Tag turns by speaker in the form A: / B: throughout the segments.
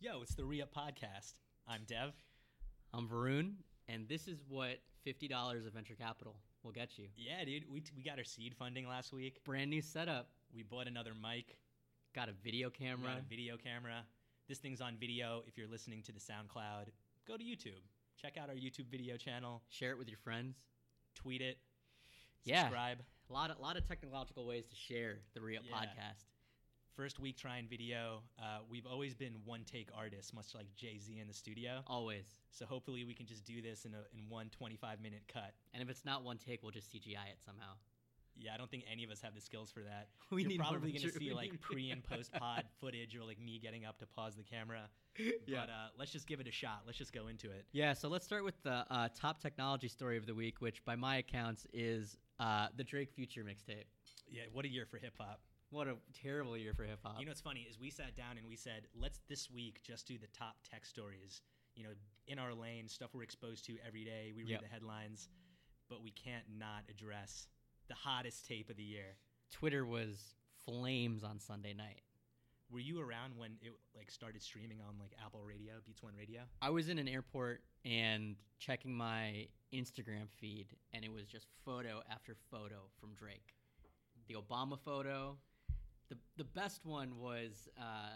A: Yo, it's the Re Up Podcast. I'm Dev.
B: I'm Varun, and this is what $50 of venture capital will get you.
A: Yeah, dude, we, we got our seed funding last week.
B: Brand new setup.
A: We bought another mic,
B: Got a video
A: we
B: camera.
A: got a video camera. This thing's on video. If you're listening to the SoundCloud, go to YouTube. Check out our YouTube video channel,
B: Share it with your friends.
A: tweet it,
B: Yeah.
A: subscribe.
B: A lot of, lot of technological ways to share the Re-Up
A: Yeah.
B: podcast.
A: First week trying video. Uh, we've always been one take artists, much like Jay Z in the studio.
B: Always.
A: So hopefully we can just do this in, a, in one 25 minute cut.
B: And if it's not one take, we'll just CGI it somehow.
A: Yeah, I don't think any of us have the skills for that.
B: We
A: You're
B: need more
A: probably going to
B: mature-
A: see
B: we
A: like
B: need-
A: pre and post pod footage or like me getting up to pause the camera.
B: Yeah.
A: But uh, let's just give it a shot. Let's just go into it.
B: Yeah, so let's start with the uh, top technology story of the week, which by my accounts is uh, the Drake Future mixtape.
A: Yeah, what a year for hip hop.
B: What a terrible year for hip hop.
A: You know what's funny is we sat down and we said, let's this week just do the top tech stories, you know, in our lane, stuff we're exposed to every day. We read
B: Yep.
A: the headlines, but we can't not address the hottest tape of the year.
B: Twitter was flames on Sunday night.
A: Were you around when it like started streaming on like Apple Radio, Beats One Radio?
B: I was in an airport and checking my Instagram feed, and it was just photo after photo from Drake. The Obama photo. The, the best one was uh,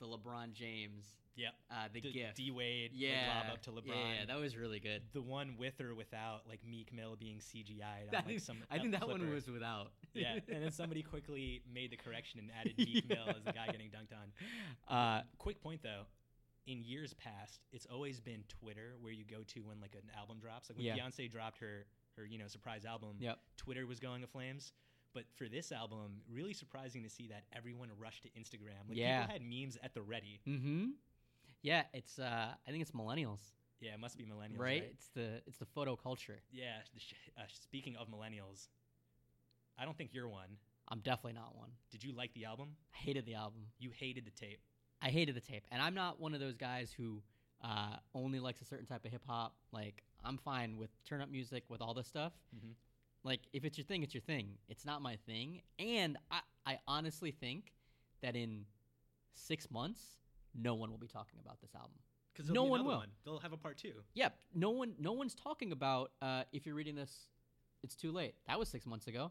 B: the LeBron James,
A: Yep.
B: uh, the, GIF.
A: D Wade
B: yeah.
A: lob up to LeBron.
B: Yeah, that was really good.
A: the one with or without like Meek Mill being CGI'd
B: I
A: on like
B: think,
A: some
B: I think that one
A: clipper.
B: was without.
A: yeah, and then somebody quickly made the correction and added Meek Mill as the guy getting dunked on.
B: uh,
A: Quick point though, in years past, it's always been Twitter where you go to when like an album drops. Like when
B: Yeah.
A: Beyonce dropped her her you know surprise album,
B: Yep.
A: Twitter was going aflames. But for this album, really surprising to see that everyone rushed to Instagram. Like
B: Yeah.
A: people had memes at the ready.
B: hmm Yeah, it's. Uh, I think it's millennials,
A: Yeah, it must be millennials,
B: right?
A: right?
B: It's the it's the photo culture.
A: Yeah. the sh- Uh, speaking of millennials, I don't think you're one.
B: I'm definitely not one.
A: Did you like the album?
B: I hated the album.
A: You hated the tape.
B: I hated the tape, and I'm not one of those guys who uh, only likes a certain type of hip hop. Like I'm fine with turn up music with all this stuff. Like if it's your thing, it's your thing. It's not my thing, and I I honestly think that in six months, no one will be talking about this album.
A: Because
B: no one will.
A: They'll have a part two.
B: Yep. No one. No one's talking about. Uh, if you're reading this, it's too late. That was six months ago.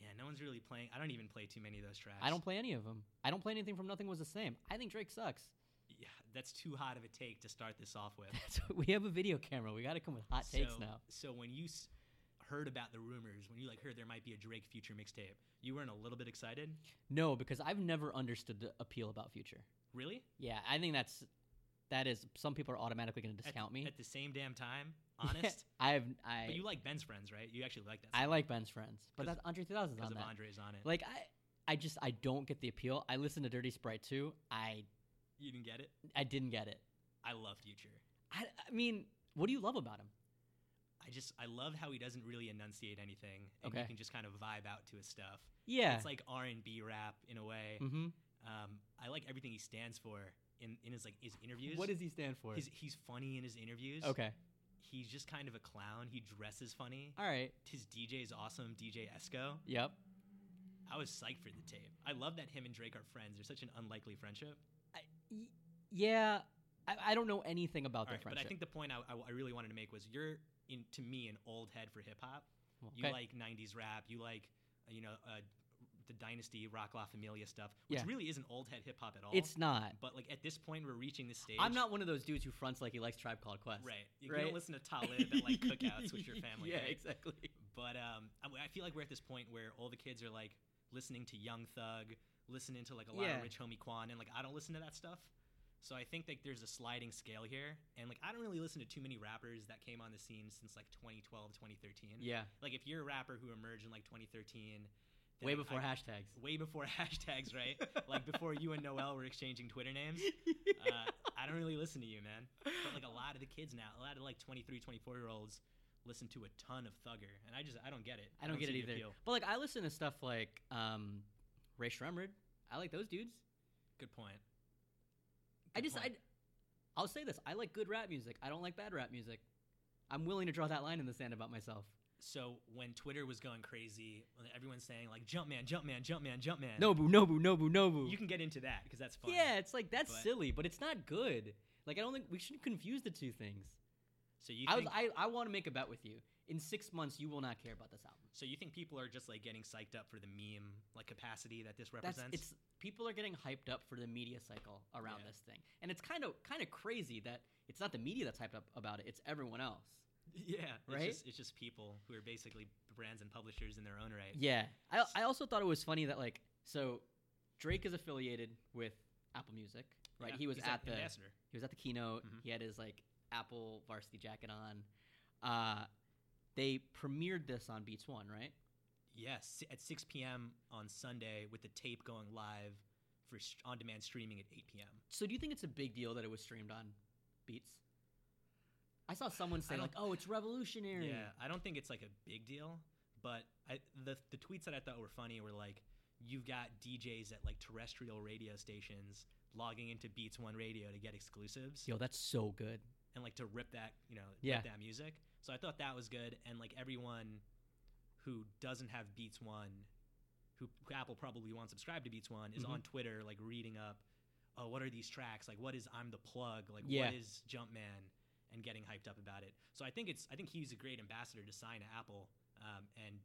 A: Yeah, no one's really playing. I don't even play too many of those tracks.
B: I don't play any of them. I don't play anything from Nothing Was the Same. I think Drake sucks.
A: Yeah, that's too hot of a take to start this off with.
B: So we have a video camera. We got to come with hot takes
A: so,
B: now.
A: So when you s- heard about the rumors, when you like heard there might be a Drake future mixtape, you weren't a little bit excited?
B: No, because I've never understood the appeal about Future.
A: Really?
B: Yeah, I think that's that is. Some people are automatically going to
A: At,
B: discount me.
A: At the same damn time? Honest?
B: I've I
A: But you like Ben's friends, right? You actually like that
B: I like Ben's friends, but that's Andre 3000's
A: because
B: on
A: of
B: that.
A: Andre's on it.
B: Like I I just I don't get the appeal. I listened to Dirty Sprite too. I
A: you didn't get it?
B: I didn't get it.
A: I love Future.
B: I I mean, what do you love about him?
A: I just I love how he doesn't really enunciate anything, and you
B: Okay.
A: can just kind of vibe out to his stuff.
B: Yeah.
A: it's like R and B rap in a way.
B: Mhm.
A: Um, I like everything he stands for in in his like his interviews.
B: What does he stand for?
A: He's he's funny in his interviews.
B: okay.
A: he's just kind of a clown. He dresses funny.
B: All right.
A: His DJ is awesome, DJ Esco.
B: Yep.
A: I was psyched for the tape. I love that him and Drake are friends. They're such an unlikely friendship.
B: I, y- yeah, I, I don't know anything about
A: All
B: their
A: right, but
B: friendship.
A: I think the point I, I- I really wanted to make was you're in to me an old head for hip hop. You
B: Okay.
A: like '90s rap. You like uh, you know uh, the Dynasty, Rock La Familia stuff, which
B: Yeah.
A: really isn't old head hip hop at all.
B: it's not.
A: But like at this point, we're reaching this stage.
B: I'm not one of those dudes who fronts like he likes Tribe Called Quest.
A: right. You don't listen to Talib at like cookouts with your family.
B: yeah,
A: right?
B: exactly.
A: But um, I, I feel like we're at this point where all the kids are like listening to Young Thug, listening to like a lot
B: Yeah.
A: of Rich Homie Quan, and like I don't listen to that stuff. So I think like there's a sliding scale here, and like I don't really listen to too many rappers that came on the scene since like 2012, 2013.
B: Yeah.
A: Like if you're a rapper who emerged in like 2013, then,
B: Way
A: like, I-
B: before hashtags.
A: way before hashtags, right? like before you and Noel were exchanging Twitter names. Uh, I don't really listen to you, man. But like a lot of the kids now, a lot of like 23, 24 year olds listen to a ton of Thugger, and I just I don't get it.
B: I don't get it
A: see the
B: either.
A: appeal.
B: But like, I listen to stuff like um, Ray Shremrud. I like those dudes.
A: Good point.
B: I
A: Good
B: just,
A: point.
B: I, I'll say this: I like good rap music. I don't like bad rap music. I'm willing to draw that line in the sand about myself.
A: so when Twitter was going crazy, when everyone's saying like Jumpman, Jumpman, Jumpman, Jumpman.
B: Nobu, Nobu, Nobu, Nobu.
A: you can get into that because that's fun.
B: yeah, it's like that's
A: But-
B: silly, but it's not good. Like I don't think we should confuse the two things.
A: So you
B: I was
A: think,
B: I, I want to make a bet with you. In six months, you will not care about this album.
A: so you think people are just like getting psyched up for the meme like capacity that this
B: That's
A: represents?
B: it's people are getting hyped up for the media cycle around
A: Yeah.
B: this thing, and it's kind of kind of crazy that it's not the media that's hyped up about it; it's everyone else.
A: yeah,
B: Right?
A: It's just, it's just people who are basically brands and publishers in their own right.
B: Yeah, I I also thought it was funny that like so Drake is affiliated with Apple Music, right?
A: Yeah,
B: he was
A: he's
B: at
A: an
B: the
A: ambassador.
B: he was at the keynote.
A: Mhm.
B: He had his like Apple varsity jacket on. Uh, they premiered this on Beats One, right?
A: Yes, at 6 p.m. on Sunday with the tape going live for st- on-demand streaming at 8 p.m.
B: So do you think it's a big deal that it was streamed on Beats? I saw someone say
A: don't-
B: like, "Oh, it's revolutionary."
A: Yeah, I don't think it's like a big deal, but I, the the tweets that I thought were funny were like, you've got DJs at like terrestrial radio stations logging into Beats One Radio to get exclusives
B: Yo, that's so good.
A: and like to rip that you know rip
B: Yeah.
A: that music. So I thought that was good, and like everyone who doesn't have Beats One, who, who Apple probably won't subscribe to Beats One, is
B: Mhm.
A: on Twitter like reading up, oh, what are these tracks? Like, what is I'm the Plug? Like,
B: Yeah.
A: what is Jumpman? And getting hyped up about it. So I think it's I think he's a great ambassador to sign to Apple, um, and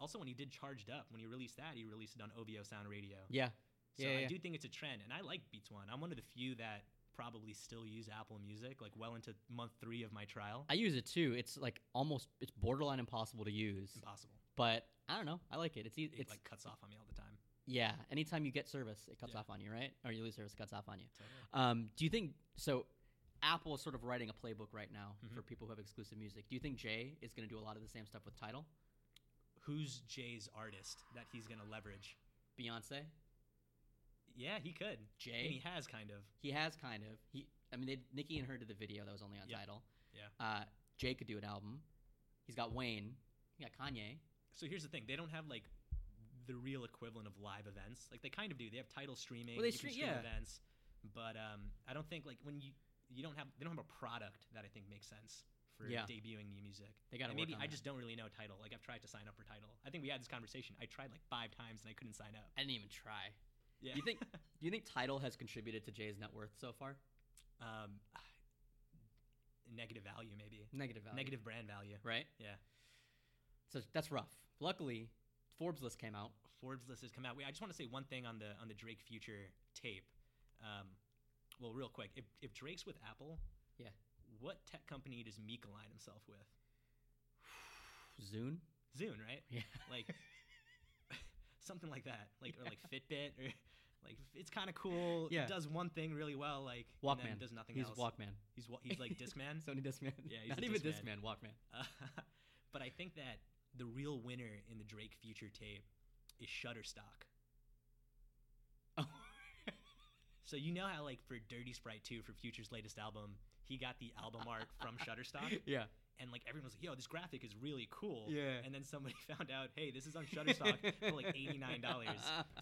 A: also when he did Charged Up, when he released that, he released it on OVO Sound Radio.
B: Yeah,
A: So
B: Yeah,
A: I
B: yeah.
A: do think it's a trend, and I like Beats One. I'm one of the few that probably still use Apple Music, like well into month three of my trial.
B: I use it too. It's like almost it's borderline impossible to use,
A: Impossible.
B: but I don't know. I like it. It's e-
A: It
B: it's
A: like cuts off on me all the time.
B: yeah. Anytime you get service, it cuts
A: Yeah.
B: off on you, right? Or you lose service, it cuts off on you.
A: Totally.
B: Um, do you think so? Apple is sort of writing a playbook right now
A: Mhm.
B: for people who have exclusive music. Do you think Jay is going to do a lot of the same stuff with Title,
A: Who's Jay's artist that he's gonna leverage?
B: Beyonce,
A: Yeah, he could.
B: Jay?
A: and he has kind of.
B: He has kind of. He, I mean, they, Nicki and her did the video that was only on
A: Yeah.
B: title.
A: Yeah.
B: Uh, Jay could do an album. He's got Wayne. He got Kanye.
A: So here's the thing: they don't have like the real equivalent of live events. Like they kind of do. They have title streaming.
B: Well, they
A: you can
B: stream-
A: stream
B: yeah.
A: events, but um, I don't think like when you you don't have they don't have a product that I think makes sense for
B: Yeah.
A: debuting new music.
B: They got to
A: And maybe
B: on
A: I
B: that.
A: just don't really know title. Like I've tried to sign up for title. I think we had this conversation. I tried like five times and I couldn't sign up.
B: I didn't even try.
A: Yeah.
B: You think? do you think title has contributed to Jay's net worth so far?
A: um, negative value maybe
B: Negative value.
A: negative brand value.
B: Right.
A: Yeah.
B: So that's rough. Luckily, Forbes list came out.
A: Forbes list has come out. Wait, I just want to say one thing on the on the Drake Future tape. Um, well, real quick, if if Drake's with Apple,
B: Yeah.
A: what tech company does Meek align himself with?
B: Zune.
A: Zune, right?
B: Yeah.
A: Like something like that, like or like Fitbit or. Like it's kind of cool.
B: Yeah.
A: It does one thing really well, like and then
B: Walkman.
A: does nothing
B: He's
A: else.
B: Walkman.
A: He's wa- he's like Discman.
B: Sony Discman.
A: Yeah, he's
B: Not
A: a
B: even
A: Discman.
B: Discman. Walkman.
A: Uh, but I think that the real winner in the Drake Future tape is Shutterstock.
B: Oh.
A: So you know how like for Dirty Sprite 2 for Future's latest album, he got the album art from Shutterstock
B: yeah.
A: and like everyone was like, "Yo, this graphic is really cool."
B: Yeah.
A: And then somebody found out, "Hey, this is on Shutterstock for like $89."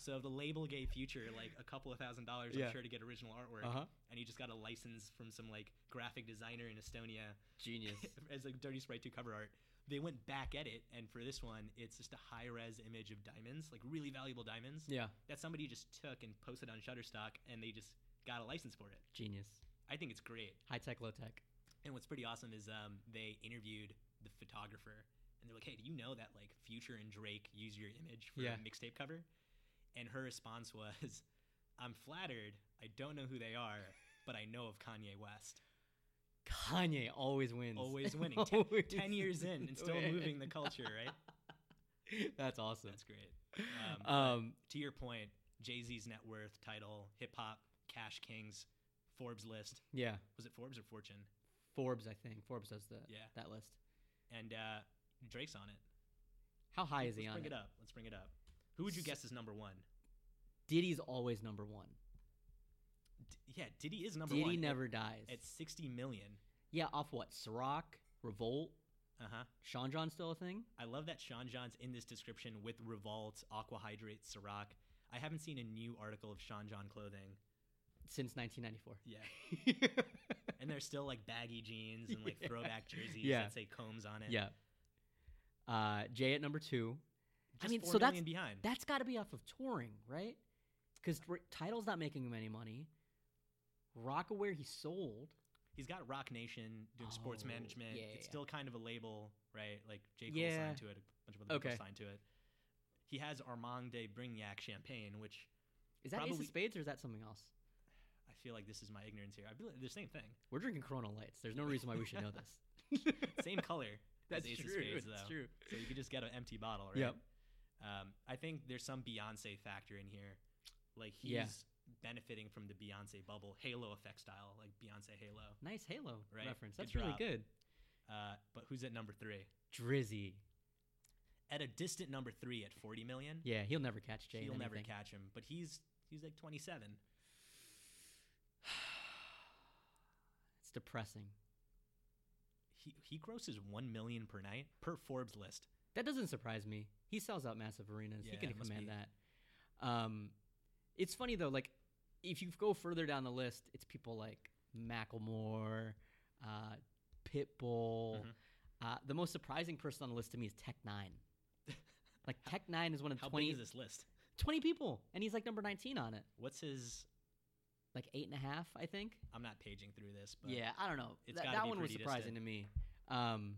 A: So the label gave Future like a couple of thousand dollars,
B: Yeah.
A: I'm sure, to get original artwork,
B: Uh huh.
A: and he just got a license from some like graphic designer in Estonia
B: Genius.
A: as like Dirty Sprite 2 cover art. They went back at it, and for this one, it's just a high res image of diamonds, like really valuable diamonds,
B: yeah.
A: that somebody just took and posted on Shutterstock, and they just got a license for it.
B: Genius.
A: I think it's great.
B: High tech, low tech.
A: And what's pretty awesome is um, they interviewed the photographer, and they're like, "Hey, do you know that like Future and Drake use your image for
B: Yeah.
A: a mixtape cover?" And her response was, "I'm flattered. I don't know who they are, but I know of Kanye West.
B: Kanye always wins.
A: Always winning. Ten-
B: Always.
A: Ten years in and still moving the culture, right?
B: That's awesome.
A: That's great." Um, but
B: um,
A: to your point, Jay Z's net worth, title, hip hop, Cash Kings, Forbes list.
B: yeah.
A: Was it Forbes or Fortune?
B: Forbes, I think Forbes does the
A: Yeah.
B: that list.
A: And uh, Drake's on it.
B: How high is he
A: Let's
B: on
A: bring
B: it?
A: it up. Let's bring it up. Who would you
B: S-
A: guess is number one?
B: Diddy's always number one.
A: D- yeah, Diddy is number
B: Diddy
A: one. at-
B: never dies.
A: at, sixty million.
B: yeah, off what? Ciroc, Revolt,
A: Uh huh.
B: Sean John still a thing?
A: I love that Sean John's in this description with Revolt, Aqua Hydrate, Ciroc. I haven't seen a new article of Sean John clothing.
B: Since 1994.
A: Yeah, and they're still like baggy jeans and like
B: Yeah.
A: throwback jerseys
B: Yeah.
A: that say Combs on it.
B: yeah. Uh, Jay at number two.
A: Just
B: mean,
A: four
B: so that's-
A: million behind.
B: That's got to be off of touring, right? Because title's not making him any money. Rock aware he sold.
A: He's got Rock Nation doing sports
B: Oh,
A: management.
B: yeah, yeah,
A: it's
B: yeah.
A: still kind of a label, right? Like J. Cole
B: Yeah.
A: signed to it, a bunch of other
B: Okay.
A: people signed to it. He has Armand de Brignac champagne, which
B: Is that Ace
A: Probably-
B: of Spades or is that something else?
A: I feel like this is my ignorance here. I feel like the same thing.
B: We're drinking Corona Lights. There's no reason why we should know this.
A: Same color.
B: That's
A: as Ace
B: true.
A: Of spades,
B: that's
A: though.
B: true.
A: So you could just get an empty bottle, right?
B: Yep.
A: Um, I think there's some Beyonce factor in here. Like he's
B: Yeah.
A: benefiting from the Beyonce bubble, Halo effect style, like Beyonce Halo.
B: Nice Halo
A: Right.
B: reference.
A: Good
B: That's really
A: drop.
B: good.
A: Uh, but who's at number three?
B: Drizzy.
A: At a distant number three at 40 million.
B: Yeah, he'll never catch Jay. in
A: He'll never
B: anything.
A: catch him, but he's he's like 27.
B: It's depressing.
A: He he grosses one million per night per Forbes list.
B: That doesn't surprise me. He sells out massive arenas. he
A: Yeah,
B: can
A: it must
B: command
A: be.
B: that. Um, it's funny though. Like, if you go further down the list, it's people like Macklemore, uh, Pitbull.
A: Mhm.
B: Uh, the most surprising person on the list to me is Tech Nine. like Tech Nine is one of
A: How
B: the 20,
A: big is this list?
B: 20 people, and he's like number nineteen on it.
A: What's his?
B: Like eight and a half, I think.
A: I'm not paging through this, but
B: yeah, I don't know.
A: it's
B: That-
A: gotta
B: that
A: be
B: one was
A: pretty
B: surprising to me. Um,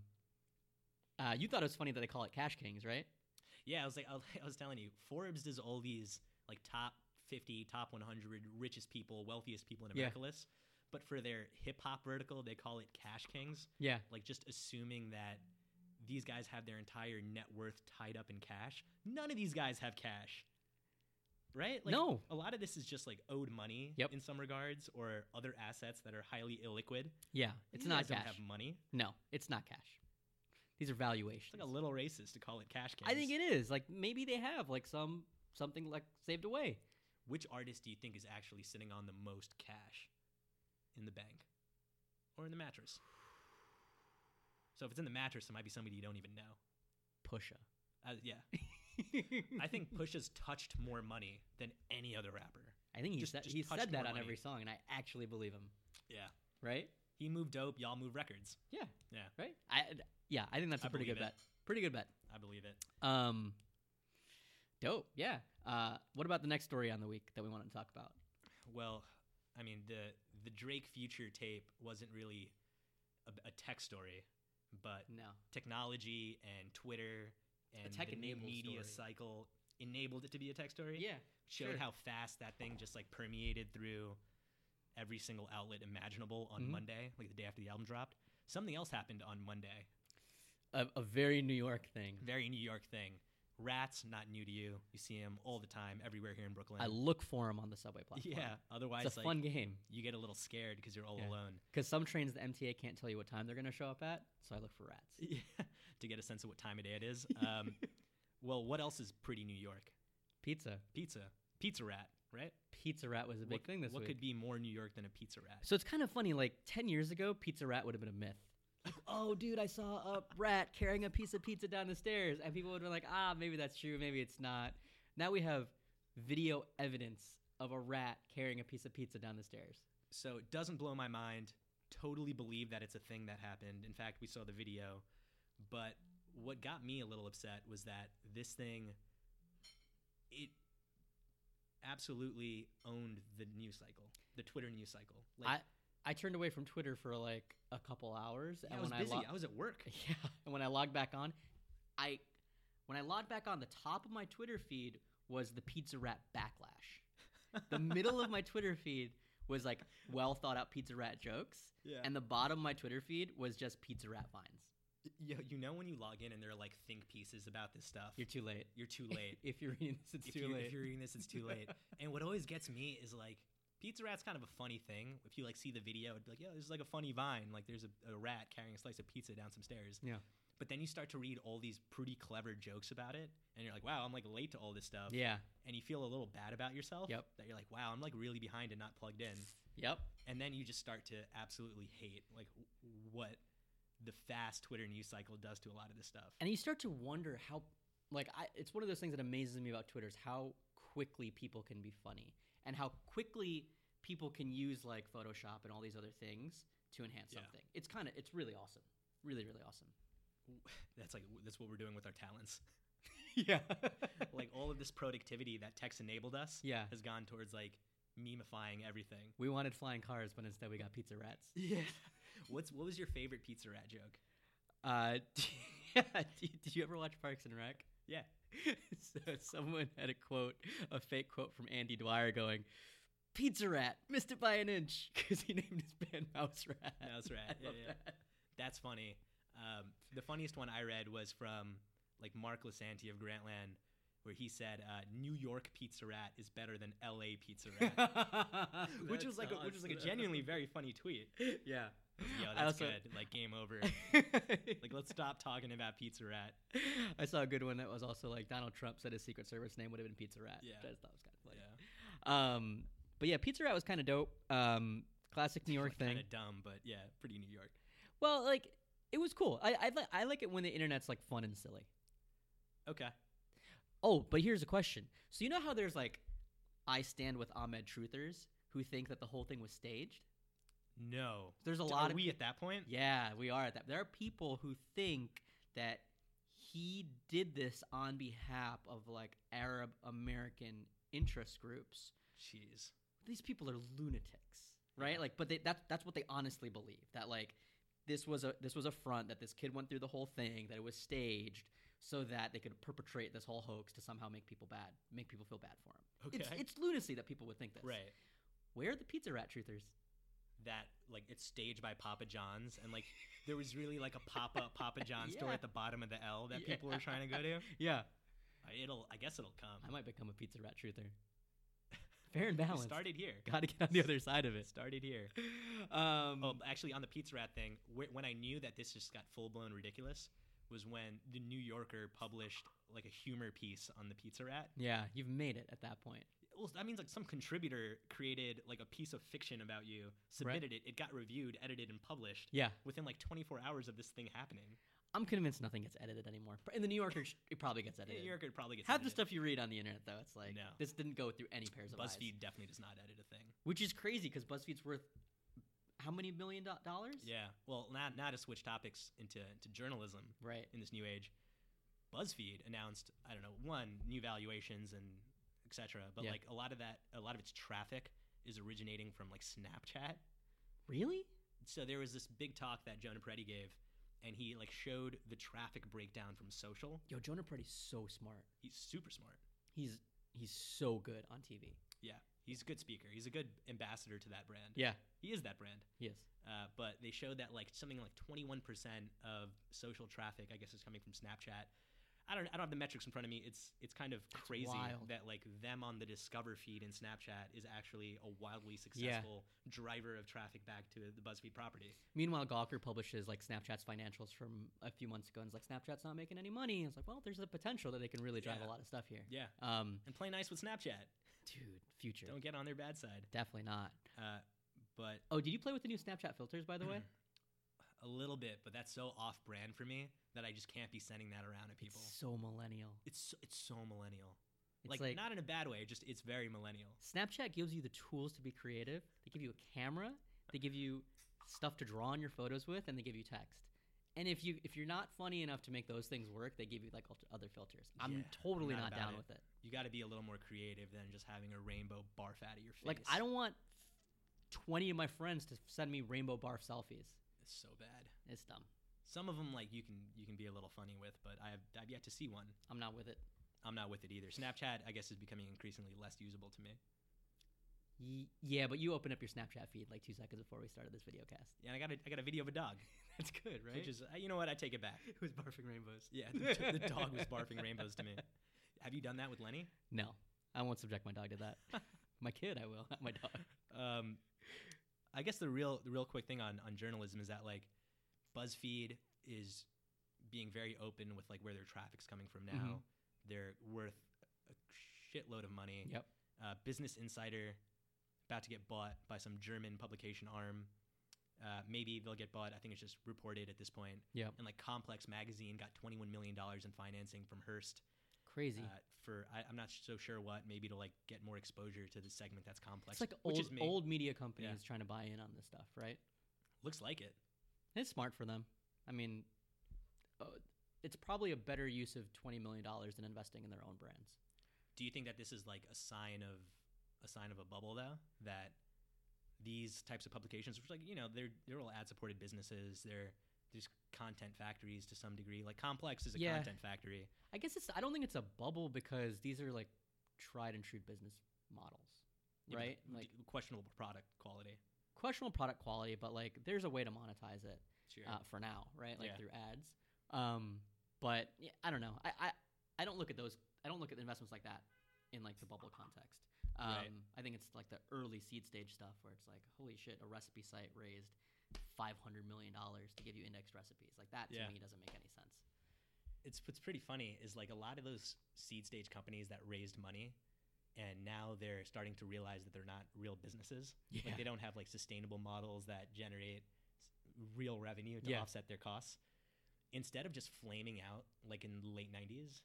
B: uh, you thought it was funny that they call it Cash Kings, right?
A: yeah. I was like, I was, I was telling you, Forbes does all these like top 50, top 100 richest people, wealthiest people in
B: Yeah.
A: America lists, but for their hip hop vertical, they call it cash kings.
B: Yeah.
A: Like just assuming that these guys have their entire net worth tied up in cash. None of these guys have cash. Right? Like,
B: no.
A: a lot of this is just like owed money
B: Yep.
A: in some regards or other assets that are highly illiquid.
B: Yeah, it's
A: These
B: not
A: guys
B: cash.
A: Don't have money.
B: No, it's not cash. These are valuations.
A: It's like a little racist to call it cash. Cans.
B: I think it is. Like maybe they have like some something like saved away.
A: Which artist do you think is actually sitting on the most cash in the bank or in the mattress? So if it's in the mattress, it might be somebody you don't even know.
B: Pusha.
A: Uh, yeah, I think Pusha's touched more money than any other rapper.
B: I think he
A: just-
B: said
A: just
B: he
A: touched
B: said that
A: more
B: on
A: money.
B: every song, and I actually believe him.
A: Yeah,
B: Right?
A: he moved dope. Y'all move records.
B: Yeah.
A: Yeah.
B: Right? I yeah. I think that's a
A: I
B: pretty good
A: believe it.
B: bet. Pretty good bet.
A: I believe it.
B: Um. Dope. Yeah. Uh. What about the next story on the week that we want to talk about?
A: Well, I mean the the Drake Future tape wasn't really a, a tech story, but
B: No.
A: technology and Twitter and
B: tech
A: the new
B: enabled
A: media
B: story.
A: cycle enabled it to be a tech story.
B: Yeah.
A: showed
B: sure.
A: how fast that thing just like permeated through every single outlet imaginable on
B: Mhm.
A: Monday, like the day after the album dropped. Something else happened on Monday,
B: A, a very New York thing.
A: very New York thing. Rats, not new to you. You see them all the time, everywhere here in Brooklyn.
B: I look for him on the subway platform.
A: Mm. yeah. Otherwise,
B: It's a
A: like
B: fun game.
A: you get a little scared because you're all
B: Yeah.
A: alone.
B: Because some trains the MTA can't tell you what time they're going to show up at, so I look for rats.
A: Yeah, to get a sense of what time of day it is. Um, well, what else is pretty New York?
B: Pizza,
A: Pizza, pizza rat, right?
B: pizza rat was a big
A: what,
B: thing this
A: What
B: week.
A: could be more New York than a pizza rat?
B: so it's kind of funny. Like ten years ago, pizza rat would have been a myth. Like, oh, dude, I saw a rat carrying a piece of pizza down the stairs, and people would have been like, ah, maybe that's true, maybe it's not. Now we have video evidence of a rat carrying a piece of pizza down the stairs.
A: So it doesn't blow my mind. Totally believe that it's a thing that happened. In fact, we saw the video. But what got me a little upset was that this thing, it absolutely owned the news cycle, the Twitter news cycle.
B: I turned away from Twitter for like a couple hours,
A: yeah,
B: and
A: I was
B: when
A: busy.
B: I lo-
A: I was at work.
B: Yeah. And when I logged back on, I when I logged back on, the top of my Twitter feed was the Pizza Rat backlash. the middle of my Twitter feed was like well thought out Pizza Rat jokes,
A: Yeah.
B: and the bottom of my Twitter feed was just Pizza Rat vines.
A: you, you know when you log in and there are like think pieces about this stuff.
B: You're too late.
A: you're too late.
B: if you're reading this, it's
A: if,
B: too
A: you,
B: late.
A: if you're reading this, it's too late. and what always gets me is like Pizza Rat's kind of a funny thing. If you like see the video, it'd be like, yeah, this is like a funny vine. Like there's a, a rat carrying a slice of pizza down some stairs.
B: Yeah.
A: But then you start to read all these pretty clever jokes about it, and you're like, wow, I'm like late to all this stuff.
B: yeah.
A: And you feel a little bad about yourself.
B: Yep.
A: That you're like, wow, I'm like really behind and not plugged in.
B: Yep.
A: And then you just start to absolutely hate like w- what the fast Twitter news cycle does to a lot of this stuff.
B: And you start to wonder how, like, I, it's one of those things that amazes me about Twitter is how quickly people can be funny and how quickly people can use like Photoshop and all these other things to enhance
A: Yeah.
B: something. It's kind of, it's really awesome, really, really awesome.
A: that's like that's what we're doing with our talents.
B: yeah.
A: like all of this productivity that tech's enabled us
B: yeah.
A: has gone towards like memifying everything.
B: We wanted flying cars, but instead we got pizza rats.
A: Yeah. What's what was your favorite pizza rat joke?
B: Uh, yeah, d- did you ever watch Parks and Rec?
A: Yeah.
B: so someone had a quote, a fake quote from Andy Dwyer going, Pizza Rat, missed it by an inch, because he named his band Mouse Rat.
A: Mouse Rat,
B: I
A: yeah,
B: love
A: yeah.
B: that.
A: That's funny. Um, the funniest one I read was from like Mark Lasanti of Grantland, where he said uh, New York pizza rat is better than L.A. pizza rat, which
B: That's
A: was like a, which was like a
B: awesome.
A: genuinely very funny tweet.
B: yeah.
A: Yo,
B: I
A: that's
B: also-
A: good. Like game over. like let's stop talking about pizza rat.
B: I saw a good one that was also like Donald Trump said his Secret Service name would have been Pizza Rat.
A: Yeah.
B: which I just thought was kind of funny.
A: Yeah.
B: Um, but yeah, Pizza Rat was kind of dope. Um, classic New York thing.
A: Kind of dumb, but yeah, pretty New York.
B: Well, like it was cool. I I, li- I like it when the internet's like fun and silly.
A: Okay.
B: Oh, but here's a question. So you know how there's like I stand with Ahmed truthers who think that the whole thing was staged.
A: No.
B: There's a
A: D-
B: lot
A: Are
B: of
A: we
B: peop-
A: at that point?
B: yeah, we are at that. There are people who think that he did this on behalf of like Arab American interest groups.
A: Jeez.
B: these people are lunatics, right?
A: Yeah.
B: Like, but they, that, that's what they honestly believe that like this was a this was a front that this kid went through the whole thing that it was staged so that they could perpetrate this whole hoax to somehow make people bad, make people feel bad for him.
A: Okay.
B: It's, it's lunacy that people would think this.
A: right.
B: Where are the pizza rat truthers?
A: That like it's staged by Papa John's and like there was really like a pop up Papa John's store
B: Yeah.
A: at the bottom of the L that
B: Yeah.
A: people were trying to go to.
B: Yeah,
A: I- It'll I guess it'll come.
B: I might become a pizza rat truther. Fair and balanced.
A: It started here.
B: Got to get on the other side of
A: It
B: it.
A: started here.
B: Um,
A: Oh, actually, on the Pizza Rat thing, wh- when I knew that this just got full blown ridiculous, was when the New Yorker published like a humor piece on the Pizza Rat.
B: yeah, you've made it at that point.
A: Well, that means like some contributor created like a piece of fiction about you, submitted it, it got reviewed, edited, and published
B: Yeah,
A: within like 24 hours of this thing happening.
B: I'm convinced nothing gets edited anymore. In the New Yorker, sh- it probably gets
A: The
B: edited.
A: New Yorker probably gets
B: Half the
A: edited.
B: stuff you read on the internet, though, it's like
A: No.
B: this didn't go through any pairs of eyes,
A: BuzzFeed definitely does not edit a thing.
B: which is crazy because BuzzFeed's worth how many million do- dollars?
A: Yeah. Well, now now to switch topics into into journalism
B: right.
A: in this new age, BuzzFeed announced I don't know one new valuations and etc. But
B: Yeah.
A: like a lot of that, a lot of its traffic is originating from like Snapchat.
B: Really?
A: so there was this big talk that Jonah Peretti gave, and he like showed the traffic breakdown from social.
B: Yo, Jonah Pretty's so smart.
A: He's super smart.
B: He's he's so good on TV.
A: Yeah, he's a good speaker. He's a good ambassador to that brand.
B: Yeah,
A: He is that brand.
B: he is.
A: Uh, but they showed that like something like 21% of social traffic, I guess, is coming from Snapchat. I don't, I don't have the metrics in front of me. It's it's kind of crazy
B: wild.
A: that like them on the Discover feed in Snapchat is actually a wildly
B: Yeah.
A: successful driver of traffic back to the BuzzFeed property.
B: Meanwhile, Gawker publishes like Snapchat's financials from a few months ago, and it's like Snapchat's not making any money. It's like, well, there's the potential that they can really drive
A: Yeah.
B: a lot of stuff here.
A: Yeah,
B: Um,
A: and play nice with Snapchat.
B: dude, future,
A: Don't get on their bad side.
B: definitely not.
A: Uh, but
B: Oh, did you play with the new Snapchat filters, by the
A: Mm-hmm.
B: way?
A: a little bit, but that's so off brand for me that I just can't be sending that around to people.
B: It's so millennial.
A: It's so, it's so millennial.
B: It's
A: Like, not in a bad way, just it's very millennial.
B: Snapchat gives you the tools to be creative. They give you a camera. They give you stuff to draw on your photos with, and they give you text. And if you if you're not funny enough to make those things work, they give you like alt- other filters. I'm
A: Yeah,
B: totally
A: not
B: not,
A: about
B: down
A: it.
B: with it.
A: You got to be a little more creative than just having a rainbow barf out of your face.
B: Like I don't want 20 of my friends to send me rainbow barf selfies.
A: It's so bad.
B: It's dumb.
A: Some of them like you can you can be a little funny with, but I have I've yet to see one.
B: I'm not with it.
A: I'm not with it either. Snapchat, I guess, is becoming increasingly less usable to me.
B: Ye yeah, but you opened up your Snapchat feed like two seconds before we started this video cast.
A: Yeah, and I got a, I got a video of a dog,
B: That's good, right?
A: which is uh, you know what I take it back.
B: it was barfing rainbows.
A: Yeah, the, the dog was barfing rainbows to me. Have you done that with Lenny?
B: No, I won't subject my dog to that. my kid, I will. Not my dog.
A: Um, I guess the real the real quick thing on on journalism is that like BuzzFeed is being very open with like where their traffic's coming from now.
B: Mhm.
A: They're worth a shitload of money.
B: Yep.
A: Uh, Business Insider about to get bought by some German publication arm. Uh, maybe they'll get bought. I think it's just reported at this point.
B: Yep.
A: And like Complex Magazine got twenty one million dollars in financing from Hearst
B: Crazy.
A: uh, for I, I'm not so sure what. Maybe to like get more exposure to the segment that's complex.
B: it's like
A: which
B: old
A: is me.
B: old media companies trying to buy in on this stuff, right?
A: Looks like it.
B: It's smart for them. I mean, uh, it's probably a better use of twenty million dollars than investing in their own brands.
A: Do you think that this is like a sign of a sign of a bubble though that these types of publications, which like you know they're they're all ad supported businesses, they're just content factories to some degree. Like Complex is a
B: Yeah.
A: content factory.
B: I guess it's. I don't think it's a bubble because these are like tried and true business models,
A: Yeah, but
B: right?
A: d-
B: Like
A: questionable product quality.
B: questionable product quality, but like there's a way to monetize it
A: Sure.
B: uh, for now, right? Like
A: Yeah.
B: through ads. Um, but yeah, I don't know. I, I I don't look at those. I don't look at investments like that in like the bubble context. Um,
A: Right.
B: I think it's like the early seed stage stuff where it's like, holy shit, a recipe site raised five hundred million dollars to give you indexed recipes. Like that to
A: Yeah.
B: me doesn't make any sense.
A: it's what's pretty funny is like a lot of those seed stage companies that raised money and now they're starting to realize that they're not real businesses like they don't have like sustainable models that generate s- real revenue to
B: Yeah.
A: offset their costs instead of just flaming out like in the late 90s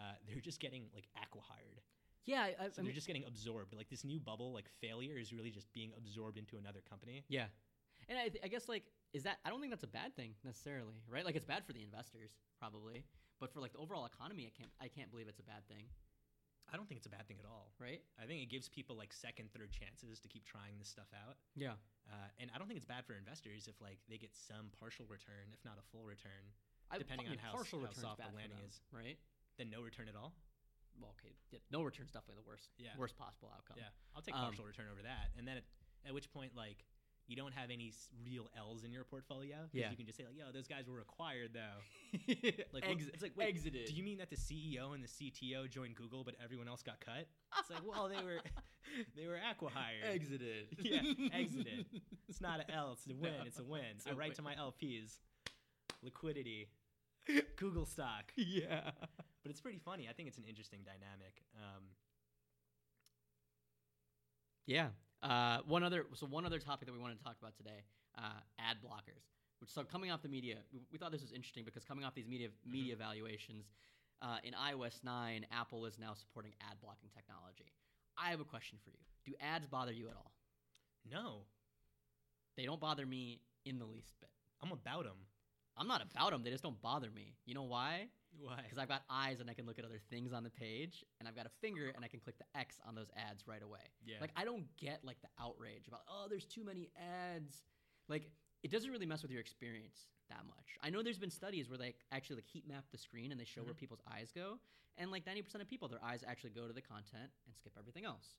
A: uh, they're just getting like acquihired
B: yeah, I, I,
A: so
B: I mean,
A: they're just getting absorbed like this new bubble like failure is really just being absorbed into another company
B: Yeah, and I, th- I guess like is that I don't think that's a bad thing necessarily, right? Like it's bad for the investors probably, but for like the overall economy, I can't I can't believe it's a bad thing,
A: i don't think it's a bad thing at all
B: right?
A: i think it gives people like second third chances to keep trying this stuff out
B: Yeah,
A: Uh, and I don't think it's bad for investors if like they get some partial return, if not a full return,
B: I,
A: Depending
B: I mean,
A: on how s-
B: partial
A: how
B: return's
A: soft the
B: bad for
A: landing
B: them,
A: is.
B: right?
A: then no return at all.
B: Well, okay, yeah, no return's definitely the worst,
A: Yeah.
B: worst possible outcome.
A: Yeah, I'll take
B: Um,
A: partial return over that. And then at, at which point like you don't have any s- real L's in your portfolio. 'cause
B: Yeah.
A: you can just say like, yo, those guys were acquired though.
B: Yeah,
A: Like what-
B: Exit.
A: it's like, wait,
B: exited.
A: do you mean that the CEO and the CTO joined Google, but everyone else got cut? It's like, well, they were they were acquired.
B: exited?
A: Yeah, exited. It's not an L. It's a win.
B: No,
A: It's a win.
B: it's
A: I
B: a
A: write to my LPs, liquidity, Google stock.
B: yeah,
A: but it's pretty funny. I think it's an interesting dynamic. Um,
B: yeah. Uh, one other so one other topic that we want to talk about today: uh, ad blockers. Which so coming off the media, we, we thought this was interesting because coming off these media media valuations uh, in iOS nine, Apple is now supporting ad blocking technology. I have a question for you: Do ads bother you at all?
A: no,
B: They don't bother me in the least bit.
A: I'm about them.
B: I'm not about them. They just don't bother me. You know why?
A: Why?
B: Because I've got eyes and I can look at other things on the page, and I've got a finger and I can click the X on those ads right away.
A: yeah,
B: Like I don't get like the outrage about oh there's too many ads. Like it doesn't really mess with your experience that much. I know there's been studies where they actually like heat map the screen and they show where people's eyes go, and like 90% of people their eyes actually go to the content and skip everything else.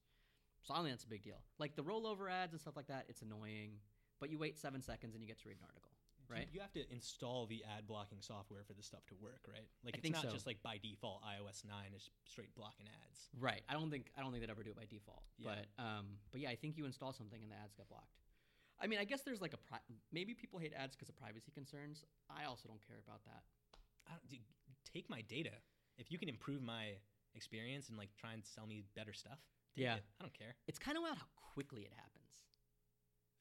B: So I don't think that's a big deal. Like the rollover ads and stuff like that, it's annoying, but you wait seven seconds and you get to read an article.
A: Do-
B: right.
A: You have to install the ad blocking software for this stuff to work, right? Like
B: I
A: it's
B: think
A: not
B: so.
A: just like by default iOS nine is straight blocking ads.
B: Right. I don't think I don't think they'd ever do it by default.
A: Yeah.
B: But um, but yeah, I think you install something and the ads get blocked. I mean, I guess there's like a pri- maybe people hate ads because of privacy concerns. I also don't care about that.
A: I don't, dude, take my data. If you can improve my experience and like try and sell me better stuff, take
B: Yeah.
A: it. I don't care.
B: It's kind of wild how quickly it happens.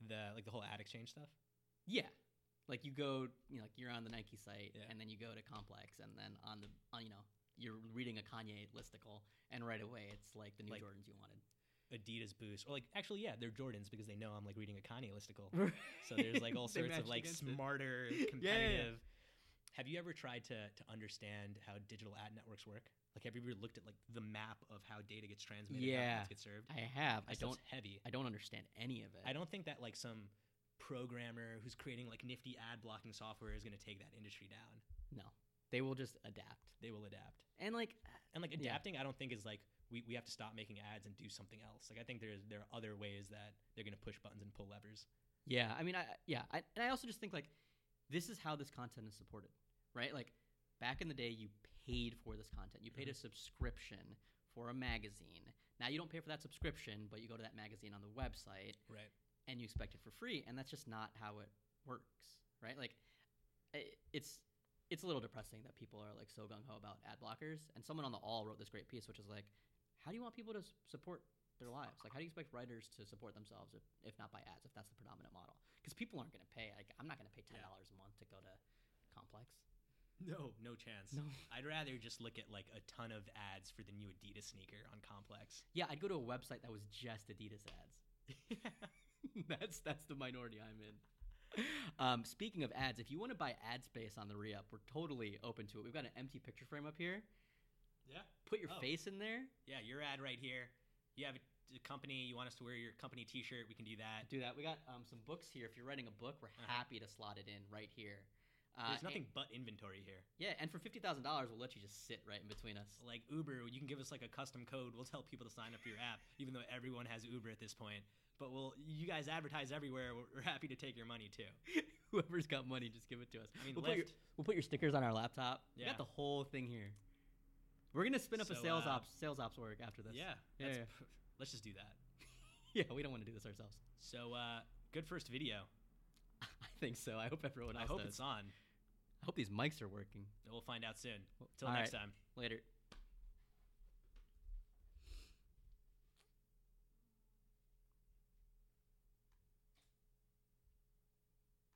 A: The like the whole ad exchange stuff.
B: Yeah. Like you go, you know, like you're on the Nike site,
A: Yeah.
B: and then you go to Complex, and then on the, on, you know, you're reading a Kanye listicle, and right away it's like the new
A: Like-
B: Jordans you wanted.
A: Adidas boost, or like actually, yeah, they're Jordans because they know I'm like reading a Kanye listicle. So there's like all
B: They
A: sorts of
B: matched
A: like
B: against it.
A: smarter,
B: Yeah, yeah, yeah.
A: competitive. Have you ever tried to to understand how digital ad networks work? Like, have you ever looked at like the map of how data gets transmitted, how
B: Yeah.
A: ads get served?
B: I have.
A: That
B: I
A: stuff's
B: don't.
A: heavy.
B: I don't understand any of it.
A: I don't think that like some programmer who's creating like nifty ad blocking software is going to take that industry down.
B: No. They will just adapt.
A: They will adapt.
B: And like,
A: And like
B: Yeah.
A: adapting, I don't think is like we, we have to stop making ads and do something else. Like I think there's there are other ways that they're going to push buttons and pull levers.
B: Yeah, I mean, I yeah, I, and I also just think like this is how this content is supported, right? Like back in the day, you paid for this content. You paid a subscription for a magazine. Now you don't pay for that subscription, but you go to that magazine on the website
A: Right.
B: and you expect it for free, and that's just not how it works, right? Like i- it's it's a little depressing that people are like so gung ho about ad blockers. And someone on the All wrote this great piece, which is like, how do you want people to s- support their lives? Like, how do you expect writers to support themselves if, if not by ads, if that's the predominant model? Because people aren't going to pay. Like, I'm not going to pay ten
A: Yeah.
B: dollars a month to go to Complex.
A: No, no chance.
B: No.
A: I'd rather just look at like a ton of ads for the new Adidas sneaker on Complex.
B: Yeah, I'd go to a website that was just Adidas ads. that's that's the minority I'm in. um, speaking of ads, if you want to buy ad space on the re-up, we're totally open to it. We've got an empty picture frame up here.
A: Yeah.
B: Put your
A: Oh.
B: face in there.
A: Yeah, your ad right here. You have a, a company. You want us to wear your company T-shirt? We can do that.
B: Do that. We got um, some books here. If you're writing a book, we're
A: Uh-huh.
B: happy to slot it in right here. Uh,
A: There's
B: and-
A: nothing but inventory here.
B: yeah, and for fifty thousand dollars, we'll let you just sit right in between us.
A: Like Uber, you can give us like a custom code. We'll tell people to sign up for your app, even though everyone has Uber at this point. But we'll, you guys advertise everywhere. We're, we're happy to take your money too.
B: Whoever's got money, just give it to us.
A: I mean,
B: we'll,
A: Lyft.
B: put your, we'll put your stickers on our laptop. We
A: Yeah.
B: got the whole thing here. We're gonna spin up a
A: So,
B: sales
A: uh,
B: ops sales ops org after this.
A: yeah,
B: Yeah,
A: that's,
B: yeah.
A: Let's just do that.
B: yeah. We don't want to do this ourselves.
A: So, uh, good first video.
B: I think so. I hope everyone
A: I
B: else
A: hope
B: does.
A: it's on.
B: I hope these mics are working.
A: We'll find out soon.
B: Well,
A: Till
B: all
A: next
B: right.
A: time.
B: Later.